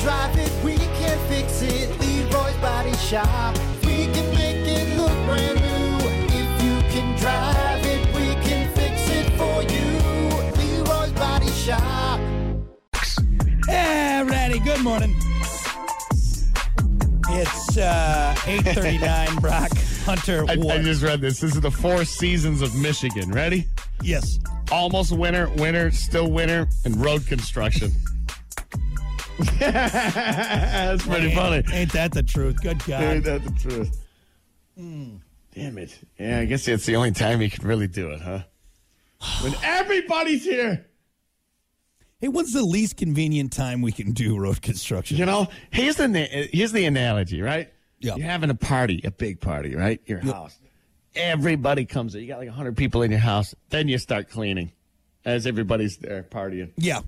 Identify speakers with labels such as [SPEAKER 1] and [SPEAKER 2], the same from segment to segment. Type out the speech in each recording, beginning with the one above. [SPEAKER 1] drive it, we can fix it. Leroy's Body Shop. We can make it look brand new. If you can drive it, we can fix it for you. Leroy's Body Shop.
[SPEAKER 2] Alrighty, good morning. It's uh, 8.39, Brock Hunter
[SPEAKER 3] I,
[SPEAKER 2] Ward.
[SPEAKER 3] I just read this. This is the four seasons of Michigan. Ready?
[SPEAKER 2] yes.
[SPEAKER 3] Almost winter, winter, still winter, and road construction. That's pretty funny.
[SPEAKER 2] Ain't that the truth? Good God.
[SPEAKER 3] Ain't that the truth? Hmm. Damn it. Yeah, I guess it's the only time you can really do it, huh? When everybody's here.
[SPEAKER 2] Hey, what's the least convenient time we can do road construction?
[SPEAKER 3] You know, here's the na- uh, here's the analogy, right?
[SPEAKER 2] Yeah.
[SPEAKER 3] You're having a party, a big party, right? Your house. Everybody comes in. You got like 100 people in your house. Then you start cleaning as everybody's there partying.
[SPEAKER 2] Yeah.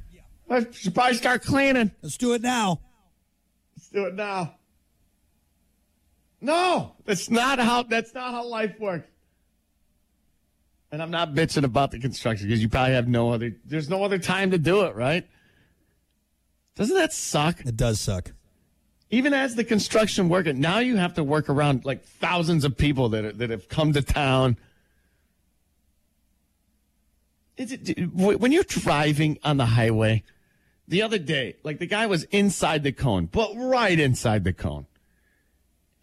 [SPEAKER 3] I should probably start cleaning.
[SPEAKER 2] Let's do it now.
[SPEAKER 3] Let's do it now. No, that's not how that's not how life works. And I'm not bitching about the construction because you probably have no other there's no other time to do it, right? Doesn't that suck?
[SPEAKER 2] It does suck.
[SPEAKER 3] even as the construction worker, now you have to work around like thousands of people that are, that have come to town. Is it, do- wh- when you're driving on the highway, the other day, like the guy was inside the cone, but right inside the cone.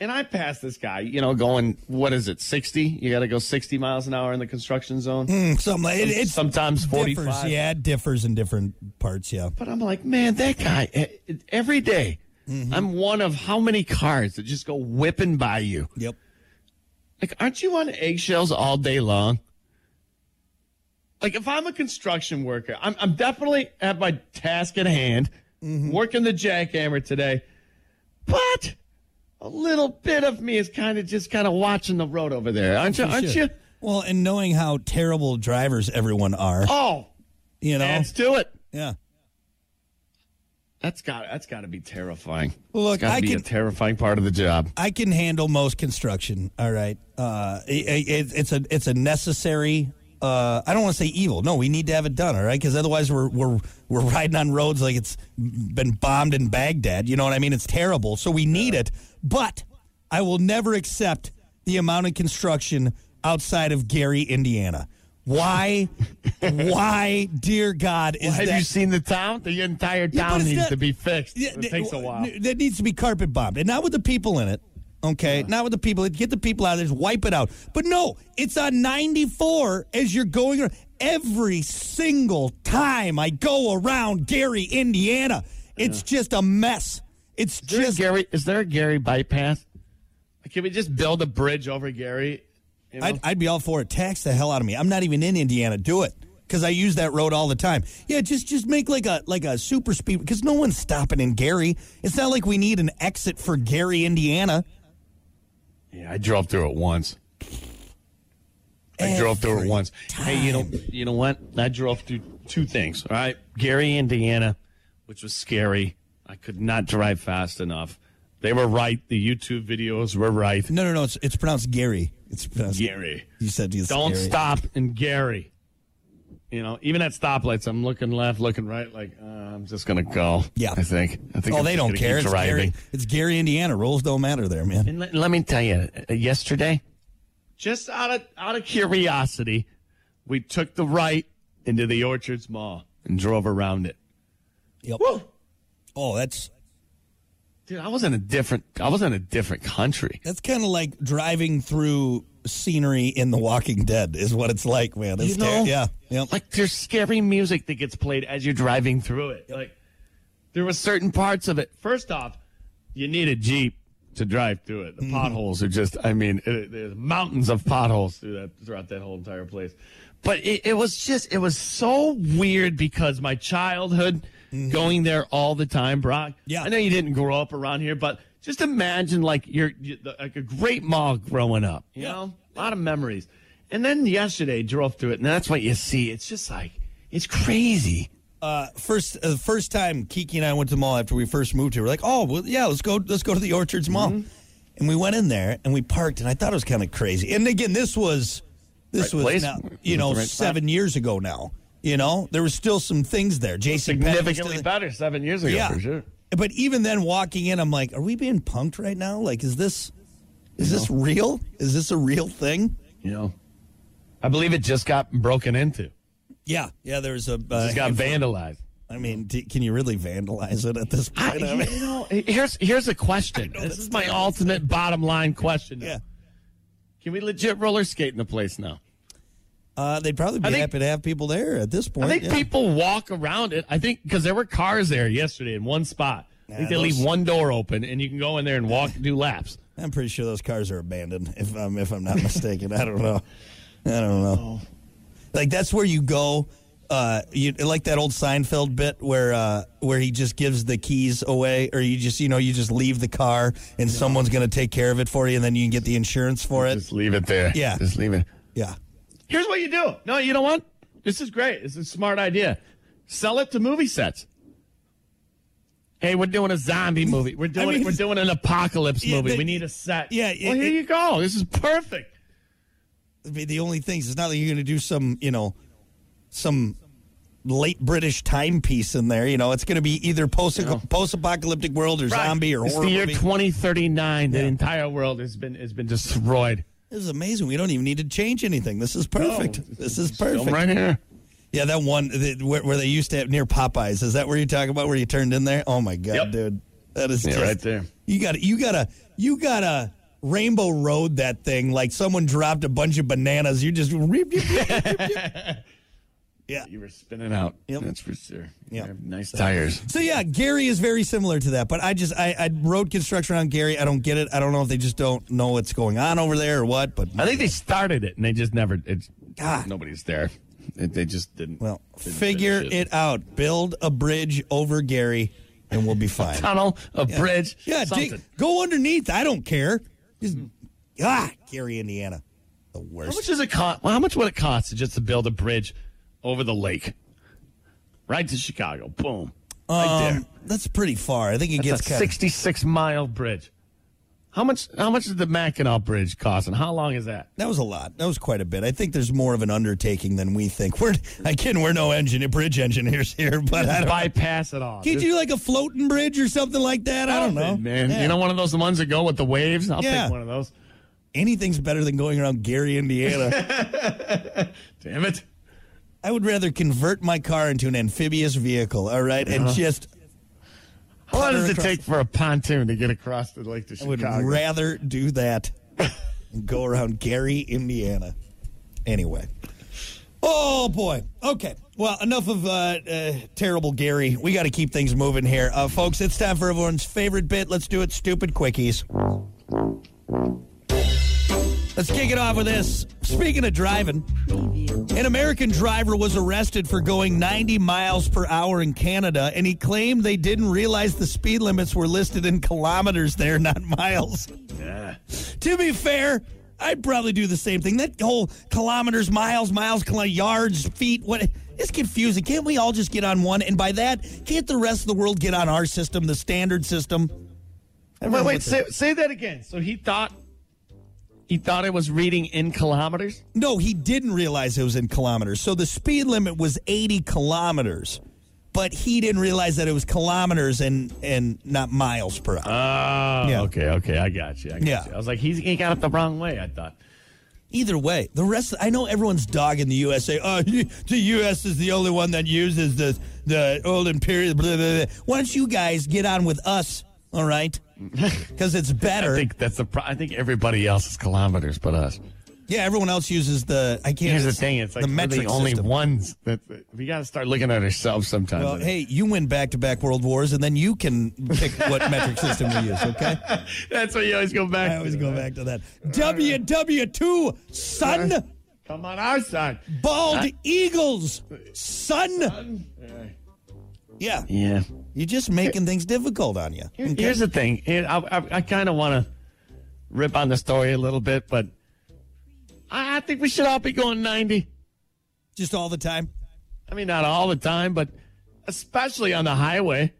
[SPEAKER 3] And I passed this guy, you know, going, what is it, 60? You got to go 60 miles an hour in the construction zone.
[SPEAKER 2] Mm, something like it, it's
[SPEAKER 3] Sometimes 45.
[SPEAKER 2] differs. Yeah, it differs in different parts. Yeah.
[SPEAKER 3] But I'm like, man, that guy, e- e- every day,
[SPEAKER 2] Mm-hmm.
[SPEAKER 3] I'm one of how many cars that just go whipping by you?
[SPEAKER 2] Yep.
[SPEAKER 3] Like, aren't you on eggshells all day long? Like, if I'm a construction worker, I'm, I'm definitely at my task at hand,
[SPEAKER 2] Mm-hmm.
[SPEAKER 3] working the jackhammer today. But a little bit of me is kind of just kind of watching the road over there, aren't you? Aren't you?
[SPEAKER 2] Sure. Well, and knowing how terrible drivers everyone are,
[SPEAKER 3] Oh,
[SPEAKER 2] you know?
[SPEAKER 3] let's do it.
[SPEAKER 2] yeah.
[SPEAKER 3] That's got that's got to be terrifying.
[SPEAKER 2] Look,
[SPEAKER 3] it's got
[SPEAKER 2] I
[SPEAKER 3] to be a
[SPEAKER 2] can-
[SPEAKER 3] terrifying part of the job.
[SPEAKER 2] I can handle most construction. All right, uh, it, it, it's a it's a necessary. Uh, I don't want to say evil. No, we need to have it done. All right, because otherwise we're we're we're riding on roads like it's been bombed in Baghdad. You know what I mean? It's terrible. So we need it. But I will never accept the amount of construction outside of Gary, Indiana. Why? why, dear God, is
[SPEAKER 3] Have
[SPEAKER 2] that?
[SPEAKER 3] you seen the town? The entire
[SPEAKER 2] Yeah, but
[SPEAKER 3] town
[SPEAKER 2] it's
[SPEAKER 3] needs
[SPEAKER 2] not-
[SPEAKER 3] to be fixed.
[SPEAKER 2] Yeah,
[SPEAKER 3] it
[SPEAKER 2] th-
[SPEAKER 3] takes a
[SPEAKER 2] w-
[SPEAKER 3] while.
[SPEAKER 2] n- That needs to be carpet bombed, and not with the people in it. Okay, not with the people. Get the people out of there. Just wipe it out. But no, it's on 94 as you're going around. Every single time I go around Gary, Indiana, it's just a mess. It's
[SPEAKER 3] Is there,
[SPEAKER 2] just.
[SPEAKER 3] a Gary, is there a Gary bypass? Can we just build a bridge over Gary? You know?
[SPEAKER 2] I'd, I'd be all for it. Tax the hell out of me. I'm not even in Indiana. Do it because I use that road all the time. Yeah, just just make like a like a super speed because no one's stopping in Gary. It's not like we need an exit for Gary, Indiana.
[SPEAKER 3] yeah, I drove through it once. I drove through it
[SPEAKER 2] Every
[SPEAKER 3] once. Hey, you know,
[SPEAKER 2] time.
[SPEAKER 3] you know what? I drove through two things. All right, Gary, Indiana, which was scary. I could not drive fast enough. They were right. The YouTube videos were right.
[SPEAKER 2] No, no, no. It's it's pronounced Gary. It's pronounced
[SPEAKER 3] Gary.
[SPEAKER 2] You said it's
[SPEAKER 3] Don't
[SPEAKER 2] Gary.
[SPEAKER 3] stop in Gary. You know, even at stoplights, I'm looking left, looking right, like uh, I'm just gonna go.
[SPEAKER 2] Yeah.
[SPEAKER 3] I think. I think.
[SPEAKER 2] Oh,
[SPEAKER 3] I'm
[SPEAKER 2] they
[SPEAKER 3] just
[SPEAKER 2] don't
[SPEAKER 3] gonna
[SPEAKER 2] care.
[SPEAKER 3] Keep
[SPEAKER 2] It's
[SPEAKER 3] driving.
[SPEAKER 2] Gary. It's Gary, Indiana. Rules don't matter there, man.
[SPEAKER 3] And let, let me tell you, uh, yesterday, just out of out of curiosity, we took the right into the Orchards Mall and drove around it.
[SPEAKER 2] Yep.
[SPEAKER 3] Woo!
[SPEAKER 2] Oh, that's
[SPEAKER 3] Dude, I was in a different. I was in a different country.
[SPEAKER 2] that's kind of like driving through scenery in The Walking Dead is what it's like, man. It's
[SPEAKER 3] You know?
[SPEAKER 2] ter- yeah, yep.
[SPEAKER 3] Like there's scary music that gets played as you're driving through it. Like there were certain parts of it. First off, you need a jeep to drive through it. The potholes are just. I mean, it, there's mountains of potholes through that throughout that whole entire place. But it, it was just. It was so weird because my childhood going there all the time, Brock.
[SPEAKER 2] Yeah.
[SPEAKER 3] I know you didn't grow up around here, but just imagine like you're, you like a great mall growing up. You know, a lot of memories. And then yesterday drove through it, and that's what you see. It's just like it's crazy.
[SPEAKER 2] Uh, first, uh, first time Kiki and I went to the mall after we first moved here. We're like, oh, well, yeah, let's go, let's go to the Orchards Mall,
[SPEAKER 3] Mm-hmm.
[SPEAKER 2] and we went in there and we parked, and I thought it was kind of crazy. And again, this was, this
[SPEAKER 3] Right
[SPEAKER 2] was
[SPEAKER 3] place?
[SPEAKER 2] now,
[SPEAKER 3] Was
[SPEAKER 2] you
[SPEAKER 3] it
[SPEAKER 2] know,
[SPEAKER 3] the right spot?
[SPEAKER 2] seven years ago now. You know, there was still some things there. Jason Peck was still
[SPEAKER 3] Significantly
[SPEAKER 2] there.
[SPEAKER 3] better seven years ago
[SPEAKER 2] Yeah.
[SPEAKER 3] for sure.
[SPEAKER 2] but even then, walking in, I'm like, are we being punked right now? Like, is this is this real? Is this a real thing?
[SPEAKER 3] You know, I believe it just got broken into.
[SPEAKER 2] Yeah, yeah. There's a.
[SPEAKER 3] It
[SPEAKER 2] Uh,
[SPEAKER 3] got vandalized.
[SPEAKER 2] I mean, d- can you really vandalize it at this
[SPEAKER 3] I,
[SPEAKER 2] point? I mean,
[SPEAKER 3] you know, here's here's a question. This is my ultimate bottom line question. now.
[SPEAKER 2] yeah.
[SPEAKER 3] Can we legit roller skate in the place now?
[SPEAKER 2] Uh, they'd probably be
[SPEAKER 3] think-
[SPEAKER 2] happy to have people there at this point.
[SPEAKER 3] I think
[SPEAKER 2] yeah.
[SPEAKER 3] people walk around it. I think because there were cars there yesterday in one spot. I think
[SPEAKER 2] Yeah,
[SPEAKER 3] they
[SPEAKER 2] those-
[SPEAKER 3] leave one door open and you can go in there and walk and do laps.
[SPEAKER 2] I'm pretty sure those cars are abandoned. If I'm if I'm not mistaken, I don't know. I don't
[SPEAKER 3] Oh.
[SPEAKER 2] know. Like that's where you go. Uh, you like that old Seinfeld bit where uh, where he just gives the keys away, or you just you know you just leave the car and someone's going to take care of it for you, and then you can get the insurance for it.
[SPEAKER 3] Just leave it there.
[SPEAKER 2] Yeah.
[SPEAKER 3] Just leave it.
[SPEAKER 2] yeah,
[SPEAKER 3] Here's what you do. No, you know what? This is great. This is a smart idea. Sell it to movie sets. Hey, we're doing a zombie movie. We're doing
[SPEAKER 2] mean-
[SPEAKER 3] we're doing an apocalypse
[SPEAKER 2] Yeah,
[SPEAKER 3] movie.
[SPEAKER 2] but-
[SPEAKER 3] we need a set.
[SPEAKER 2] yeah,
[SPEAKER 3] Well,
[SPEAKER 2] it-
[SPEAKER 3] here
[SPEAKER 2] it-
[SPEAKER 3] you go. This is perfect.
[SPEAKER 2] I mean, the only things it's not like you're going to do some you know some late British timepiece in there. You know, it's going to be either post post apocalyptic world or zombie or
[SPEAKER 3] it's
[SPEAKER 2] horror
[SPEAKER 3] the year
[SPEAKER 2] movie.
[SPEAKER 3] 2039. The entire world has been has been destroyed.
[SPEAKER 2] This is amazing. We don't even need to change anything. This is perfect. This is perfect.
[SPEAKER 3] I'm right here.
[SPEAKER 2] Yeah, that one that, where, where they used to have near Popeyes. Is that where you're talking about? Where you turned in there? Oh my god,
[SPEAKER 3] Yep.
[SPEAKER 2] dude, that is
[SPEAKER 3] Yeah,
[SPEAKER 2] just,
[SPEAKER 3] right there.
[SPEAKER 2] You got to you got to you got to rainbow road that thing like someone dropped a bunch of bananas. You just reap. yeah.
[SPEAKER 3] You were spinning out.
[SPEAKER 2] Yep.
[SPEAKER 3] That's for sure.
[SPEAKER 2] Yep.
[SPEAKER 3] You have Nice tires.
[SPEAKER 2] So yeah, Gary is very similar to that, but I just I, I road construction on Gary. I don't get it. I don't know if they just don't know what's going on over there or what. But
[SPEAKER 3] I think they started it and they just never. It's,
[SPEAKER 2] God.
[SPEAKER 3] Nobody's there. It, they just didn't.
[SPEAKER 2] well,
[SPEAKER 3] didn't
[SPEAKER 2] figure
[SPEAKER 3] finish
[SPEAKER 2] it out. Build a bridge over Gary, and we'll be fine.
[SPEAKER 3] Tunnel, a bridge.
[SPEAKER 2] Yeah, dig,
[SPEAKER 3] something.
[SPEAKER 2] go underneath. I don't care. Just ah, Gary, Indiana, the
[SPEAKER 3] How
[SPEAKER 2] worst.
[SPEAKER 3] much does it cost? Well, how much would it cost to just to build a bridge over the lake, right to Chicago? Boom, right there.
[SPEAKER 2] Um, that's pretty far. I think it
[SPEAKER 3] It's
[SPEAKER 2] gets
[SPEAKER 3] a
[SPEAKER 2] kind
[SPEAKER 3] sixty-six mile bridge. How much? How much is the Mackinac Bridge cost, and how long is that?
[SPEAKER 2] That was a lot. That was quite a bit. I think there's more of an undertaking than we think. We're again, we're no engineer, bridge engineers here, but I don't.
[SPEAKER 3] Bypass it all.
[SPEAKER 2] Could
[SPEAKER 3] Just
[SPEAKER 2] you do like a floating bridge or something like that? I don't know,
[SPEAKER 3] something, man.
[SPEAKER 2] Yeah.
[SPEAKER 3] You know, one of those ones that go with the waves. I'll
[SPEAKER 2] Yeah.
[SPEAKER 3] take one of those.
[SPEAKER 2] anything's better than going around Gary, Indiana.
[SPEAKER 3] Damn it!
[SPEAKER 2] I would rather convert my car into an amphibious vehicle. All right,
[SPEAKER 3] Uh-huh.
[SPEAKER 2] and just
[SPEAKER 3] How long does it
[SPEAKER 2] across-
[SPEAKER 3] take for a pontoon to get across the lake to
[SPEAKER 2] I would
[SPEAKER 3] Chicago?
[SPEAKER 2] rather do that than go around Gary, Indiana. Anyway. Oh boy. Okay. Well, enough of uh, uh, terrible Gary. We got to keep things moving here, uh, folks. It's time for everyone's favorite bit. Let's do it. Stupid quickies. Let's kick it off with this. Speaking of driving, an American driver was arrested for going 90 miles per hour in Canada, and he claimed they didn't realize the speed limits were listed in kilometers there, not miles. To be fair, I'd probably do the same thing. That whole kilometers, miles, miles, kilo- yards, feet, what it's confusing. Can't we all just get on one? And by that, can't the rest of the world get on our system, the standard system?
[SPEAKER 3] Wait, wait. Say, say that again. So he thought he thought it was reading in kilometers.
[SPEAKER 2] No, he didn't realize it was in kilometers. So the speed limit was 80 kilometers, but he didn't realize that it was kilometers and and not miles per hour.
[SPEAKER 3] Oh,
[SPEAKER 2] Yeah.
[SPEAKER 3] okay, okay. I got you. I got
[SPEAKER 2] Yeah.
[SPEAKER 3] you. I was like, he's, he got it the wrong way, I thought.
[SPEAKER 2] Either way, the rest. I know everyone's dogging the USA. Oh, the U.S. is the only one that uses the the old imperial. Blah, blah, blah. Why don't you guys get on with us? All right, because it's better.
[SPEAKER 3] I think that's the. Pro- I think everybody else is kilometers, but us.
[SPEAKER 2] yeah, everyone else uses the. I can't.
[SPEAKER 3] Here's the thing: it's like
[SPEAKER 2] the
[SPEAKER 3] we're
[SPEAKER 2] metric
[SPEAKER 3] the only
[SPEAKER 2] system.
[SPEAKER 3] ones that that- we got to start looking at ourselves sometimes.
[SPEAKER 2] Well, hey, you win back to back world wars, and then you can pick what metric system to use. Okay.
[SPEAKER 3] that's what you always go back.
[SPEAKER 2] I always
[SPEAKER 3] to,
[SPEAKER 2] go
[SPEAKER 3] right?
[SPEAKER 2] back to that. WW2, son,
[SPEAKER 3] Come on, our side.
[SPEAKER 2] bald eagles, son. Yeah,
[SPEAKER 3] Yeah.
[SPEAKER 2] you're just making things difficult on you.
[SPEAKER 3] Here- Here's the thing. Here, I, I, I kind of want to rip on the story a little bit, but I, I think we should all be going 90.
[SPEAKER 2] Just all the time.
[SPEAKER 3] I mean, not all the time, but especially on the highway.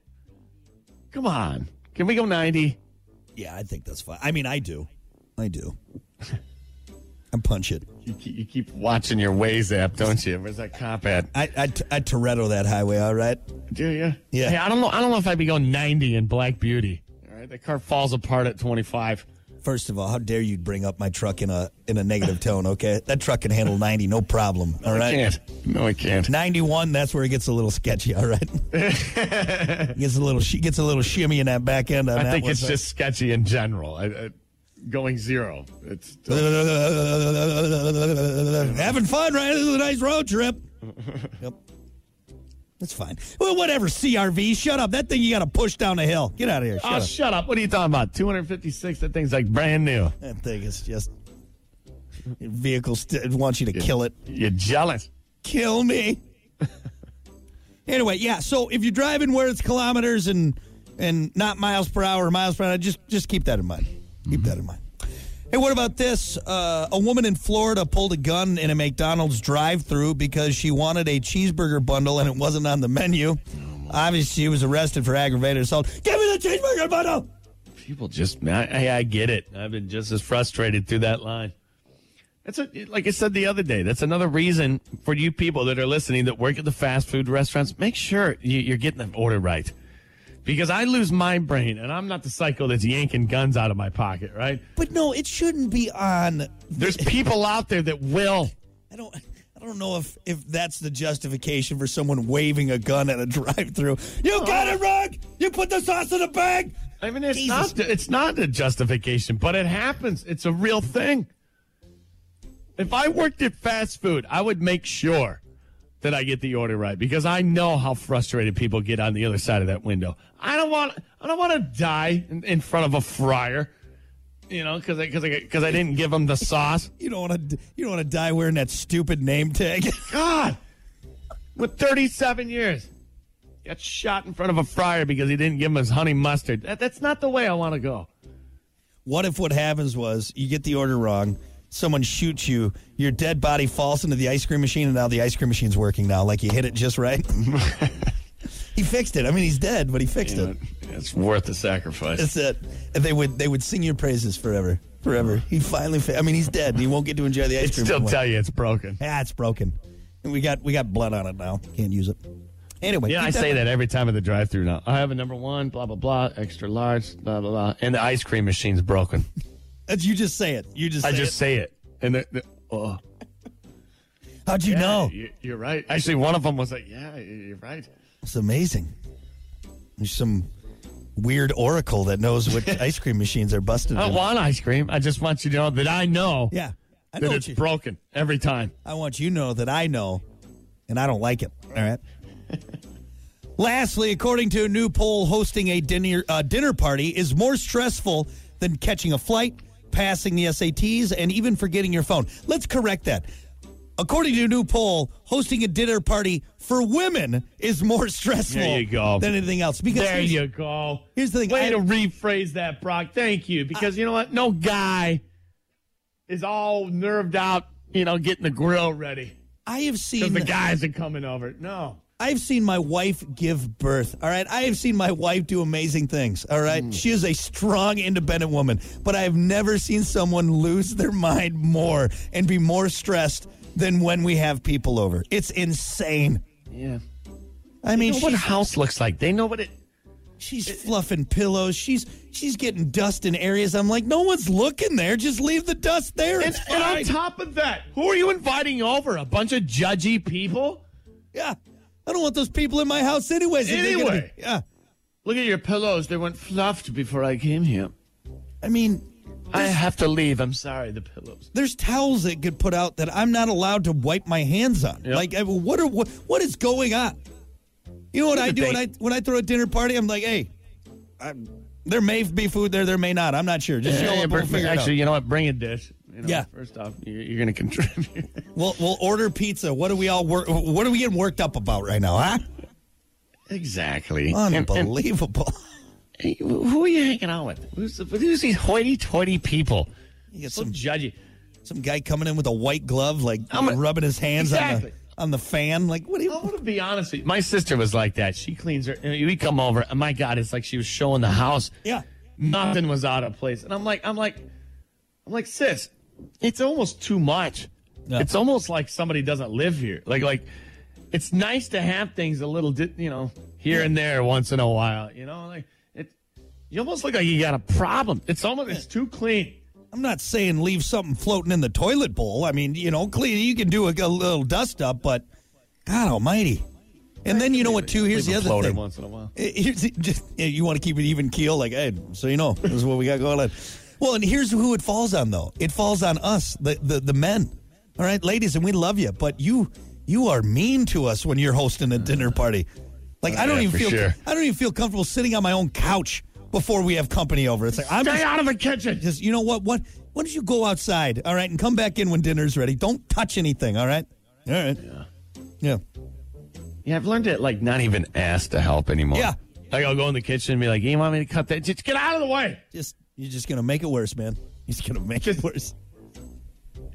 [SPEAKER 3] Come on. Can we go 90?
[SPEAKER 2] Yeah, I think that's fine. I mean, I do. I do. and punch it.
[SPEAKER 3] You keep, you keep watching your Waze app, don't you? Where's that cop at?
[SPEAKER 2] I, I, I Toretto that highway, all right?
[SPEAKER 3] Do you?
[SPEAKER 2] Yeah.
[SPEAKER 3] Hey, I don't know. I don't know if I'd be going 90 in Black Beauty. All right, that car falls apart at 25.
[SPEAKER 2] First of all, how dare you bring up my truck in a in a negative tone, okay? That truck can handle 90, no problem, all
[SPEAKER 3] I
[SPEAKER 2] right?
[SPEAKER 3] can't. No, I can't.
[SPEAKER 2] 91, that's where it gets a little sketchy, all right? gets a little she gets a little shimmy in that back end on
[SPEAKER 3] I
[SPEAKER 2] that
[SPEAKER 3] think
[SPEAKER 2] one.
[SPEAKER 3] it's just sketchy in general. I, I, going zero. It's uh,
[SPEAKER 2] Having fun, right? This is a nice road trip. yep. That's fine. Well, whatever, CRV. Shut up. That thing you got to push down the hill. Get out of here. Shut
[SPEAKER 3] oh,
[SPEAKER 2] up.
[SPEAKER 3] shut up! What are you talking about? 256. That thing's like brand new.
[SPEAKER 2] that thing is just. Your vehicle st- wants you to kill it.
[SPEAKER 3] You're jealous.
[SPEAKER 2] Kill me. anyway, yeah. So if you're driving where it's kilometers and and not miles per hour or miles per hour, just just keep that in mind. Keep that in mind. Hey, what about this? Uh, a woman in Florida pulled a gun in a McDonald's drive-through because she wanted a cheeseburger bundle and it wasn't on the menu. Obviously, she was arrested for aggravated assault. Give me the cheeseburger bundle.
[SPEAKER 3] People just. I, I, I get it. I've been just as frustrated through that line. That's a, like I said the other day. That's another reason for you people that are listening that work at the fast food restaurants. Make sure you, you're getting the order right, because I lose my brain, and I'm not the psycho that's yanking guns out of my pocket. Right?
[SPEAKER 2] But no, it shouldn't be on
[SPEAKER 3] There's people out there that will.
[SPEAKER 2] I don't. I don't know if, if that's the justification for someone waving a gun at a drive-through.
[SPEAKER 3] Oh.
[SPEAKER 2] You got it wrong. You put the sauce in the bag.
[SPEAKER 3] I mean, it's
[SPEAKER 2] Jesus.
[SPEAKER 3] not it's not a justification, but it happens. It's a real thing. If I worked at fast food, I would make sure that I get the order right because I know how frustrated people get on the other side of that window. I don't want I don't want to die in, in front of a fryer, you know, because because because I, didn't give them the sauce.
[SPEAKER 2] You don't want to. You don't want to die wearing that stupid name tag.
[SPEAKER 3] God, with 37 years, got shot in front of a fryer because he didn't give him his honey mustard. That, that's not the way I want to go.
[SPEAKER 2] what if what happens was you get the order wrong, someone shoots you, your dead body falls into the ice cream machine, and now the ice cream machine's working now, like you hit it just right. he fixed it. I mean, he's dead, but he fixed it.
[SPEAKER 3] It's worth the sacrifice.
[SPEAKER 2] That's it. And they would they would sing your praises forever, forever. He finally. Fa- I mean, he's dead. and He won't get to enjoy the ice
[SPEAKER 3] It'd
[SPEAKER 2] cream.
[SPEAKER 3] still
[SPEAKER 2] anymore.
[SPEAKER 3] tell you it's broken.
[SPEAKER 2] Ah, it's broken. And we got we got blood on it now. Can't use it. Anyway,
[SPEAKER 3] Yeah, I
[SPEAKER 2] keep
[SPEAKER 3] say that every time at the drive thru now. I have a number one, blah, blah, blah, extra large, blah, blah, blah. And the ice cream machine's broken.
[SPEAKER 2] That's, you just say it. You just.
[SPEAKER 3] I
[SPEAKER 2] say
[SPEAKER 3] just say it. And the, the, oh,
[SPEAKER 2] it. How'd you know?
[SPEAKER 3] you, you're right. Actually, one of them was like, yeah, you're right.
[SPEAKER 2] It's amazing. There's some weird oracle that knows which ice cream machines are busted.
[SPEAKER 3] I
[SPEAKER 2] in.
[SPEAKER 3] don't want ice cream. I just want you to know that I know
[SPEAKER 2] yeah, I know.
[SPEAKER 3] that
[SPEAKER 2] what
[SPEAKER 3] it's
[SPEAKER 2] you,
[SPEAKER 3] broken every time.
[SPEAKER 2] I want you to know that I know, and I don't like it. All right. Lastly, according to a new poll, hosting a dinner uh, dinner party is more stressful than catching a flight, passing the SATs, and even forgetting your phone. Let's correct that. According to a new poll, hosting a dinner party for women is more stressful
[SPEAKER 3] There you go.
[SPEAKER 2] than anything else. Because
[SPEAKER 3] There
[SPEAKER 2] here's-
[SPEAKER 3] you go.
[SPEAKER 2] here's the thing,
[SPEAKER 3] Way
[SPEAKER 2] I-
[SPEAKER 3] to rephrase that, Brock. Thank you. Because you know what? No guy is all nerved out, you know, getting the grill ready.
[SPEAKER 2] I have seen
[SPEAKER 3] Because the guys are coming over. No.
[SPEAKER 2] I've seen my wife give birth. All right. I have seen my wife do amazing things. All right. She is a strong, independent woman, but I have never seen someone lose their mind more and be more stressed than when we have people over. It's insane.
[SPEAKER 3] Yeah.
[SPEAKER 2] I mean,
[SPEAKER 3] what
[SPEAKER 2] she's,
[SPEAKER 3] house looks like. They know what it.
[SPEAKER 2] she's fluffing pillows. She's she's getting dust in areas. I'm like, no one's looking there. Just leave the dust there.
[SPEAKER 3] And,
[SPEAKER 2] It's
[SPEAKER 3] and on
[SPEAKER 2] fine.
[SPEAKER 3] top of that, who are you inviting over? A bunch of judgy people?
[SPEAKER 2] yeah. I don't want those people in my house anyways. if they're gonna be-
[SPEAKER 3] Anyway.
[SPEAKER 2] yeah.
[SPEAKER 3] Look at your pillows. They weren't fluffed before I came here.
[SPEAKER 2] I mean,
[SPEAKER 3] I have to leave. I'm sorry, the pillows.
[SPEAKER 2] there's towels that get put out that I'm not allowed to wipe my hands on.
[SPEAKER 3] Yep.
[SPEAKER 2] Like, I- what are what, what is going on? You know what I do when I when I throw a dinner party? I'm like, hey, i there may be food there, there may not. I'm not sure. Just show up. We'll figure
[SPEAKER 3] actually,
[SPEAKER 2] it
[SPEAKER 3] you know what? Bring a dish. You know,
[SPEAKER 2] Yeah.
[SPEAKER 3] First off, you're, you're going to contribute.
[SPEAKER 2] out. We'll we'll order pizza. What are we all work? What are we getting worked up about right now? Huh?
[SPEAKER 3] exactly. And- and-
[SPEAKER 2] Unbelievable.
[SPEAKER 3] Hey, who are you hanging out with? Who's, who's these hoity-toity people?
[SPEAKER 2] You get
[SPEAKER 3] So
[SPEAKER 2] some
[SPEAKER 3] judgy.
[SPEAKER 2] some guy coming in with a white glove, like
[SPEAKER 3] I'm a-
[SPEAKER 2] rubbing his hands
[SPEAKER 3] Exactly.
[SPEAKER 2] on the on the fan. Like, what? Are
[SPEAKER 3] I
[SPEAKER 2] you,
[SPEAKER 3] want to be honest with you. My sister was like that. She cleans her. And we come over, and my God, it's like she was showing the house.
[SPEAKER 2] yeah.
[SPEAKER 3] Nothing was out of place, and I'm like, I'm like, I'm like, sis, it's almost too much.
[SPEAKER 2] Yeah.
[SPEAKER 3] It's almost like somebody doesn't live here. Like like it's nice to have things a little di- you know here and there once in a while. You know like it. You almost look like you got a problem. It's almost it's too clean.
[SPEAKER 2] I'm not saying leave something floating in the toilet bowl. I mean, you know, clean. You can do a, a little dust up, but God Almighty. And then you know what? Too here's the
[SPEAKER 3] Leave
[SPEAKER 2] other
[SPEAKER 3] a floater
[SPEAKER 2] thing.
[SPEAKER 3] Once in a while.
[SPEAKER 2] Eh, Here's the- just, yeah, you want to keep it even keel, like hey, so you know this is what we got going on. Well, and here's who it falls on though. It falls on us, the the, the men. All right, ladies, and we love you, but you you are mean to us when you're hosting a dinner party. Like I don't
[SPEAKER 3] yeah,
[SPEAKER 2] even
[SPEAKER 3] for
[SPEAKER 2] feel
[SPEAKER 3] sure.
[SPEAKER 2] I don't even feel comfortable sitting on my own couch before we have company over. It's like I'm
[SPEAKER 3] Stay
[SPEAKER 2] just,
[SPEAKER 3] out of the kitchen.
[SPEAKER 2] just you know what what why don't you go outside all right and come back in when dinner's ready. Don't touch anything. All right, all right, yeah, yeah.
[SPEAKER 3] Yeah, I've learned to like not even ask to help anymore.
[SPEAKER 2] Yeah.
[SPEAKER 3] Like I'll go in the kitchen and be like, hey, you want me to cut that? Just get out of the way.
[SPEAKER 2] Just you're just gonna make it worse, man. You're just gonna make it worse.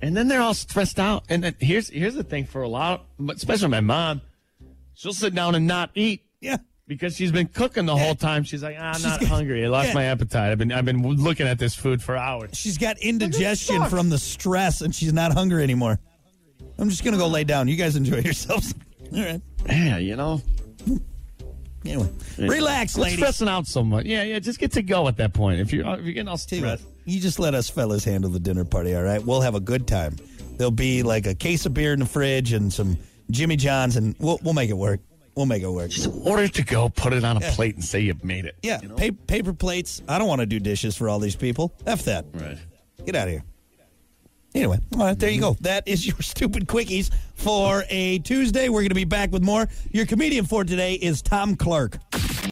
[SPEAKER 3] And then they're all stressed out. And then here's here's the thing for a lot, especially my mom, she'll sit down and not eat
[SPEAKER 2] Yeah.
[SPEAKER 3] because she's been cooking the whole time. She's like, "Ah, I'm
[SPEAKER 2] She's
[SPEAKER 3] not
[SPEAKER 2] got-
[SPEAKER 3] hungry. I lost
[SPEAKER 2] yeah.
[SPEAKER 3] my appetite. I've been I've been looking at this food for hours.
[SPEAKER 2] She's got indigestion
[SPEAKER 3] sucks.
[SPEAKER 2] from the stress and she's not hungry anymore. I'm just going to go lay down. You guys enjoy yourselves. All right.
[SPEAKER 3] Yeah, you know,
[SPEAKER 2] Anyway, relax,
[SPEAKER 3] Quit
[SPEAKER 2] ladies.
[SPEAKER 3] stressing out so much. Yeah, yeah, just get to go at that point. If you're if you're getting all
[SPEAKER 2] Tell you what,
[SPEAKER 3] stressed,
[SPEAKER 2] You just let us fellas handle the dinner party, all right? We'll have a good time. There'll be like a case of beer in the fridge and some Jimmy John's, and we'll, we'll make it work. We'll make it work.
[SPEAKER 3] just order to go, put it on a plate, and say you made it.
[SPEAKER 2] Yeah,
[SPEAKER 3] you know?
[SPEAKER 2] pa- paper plates. I don't want to do dishes for all these people. F that.
[SPEAKER 3] right.
[SPEAKER 2] Get out of here. Anyway, all right, there you
[SPEAKER 3] Mm-hmm.
[SPEAKER 2] go. That is your stupid quickies for a Tuesday. We're going to be back with more. Your comedian for today is Tom Clark.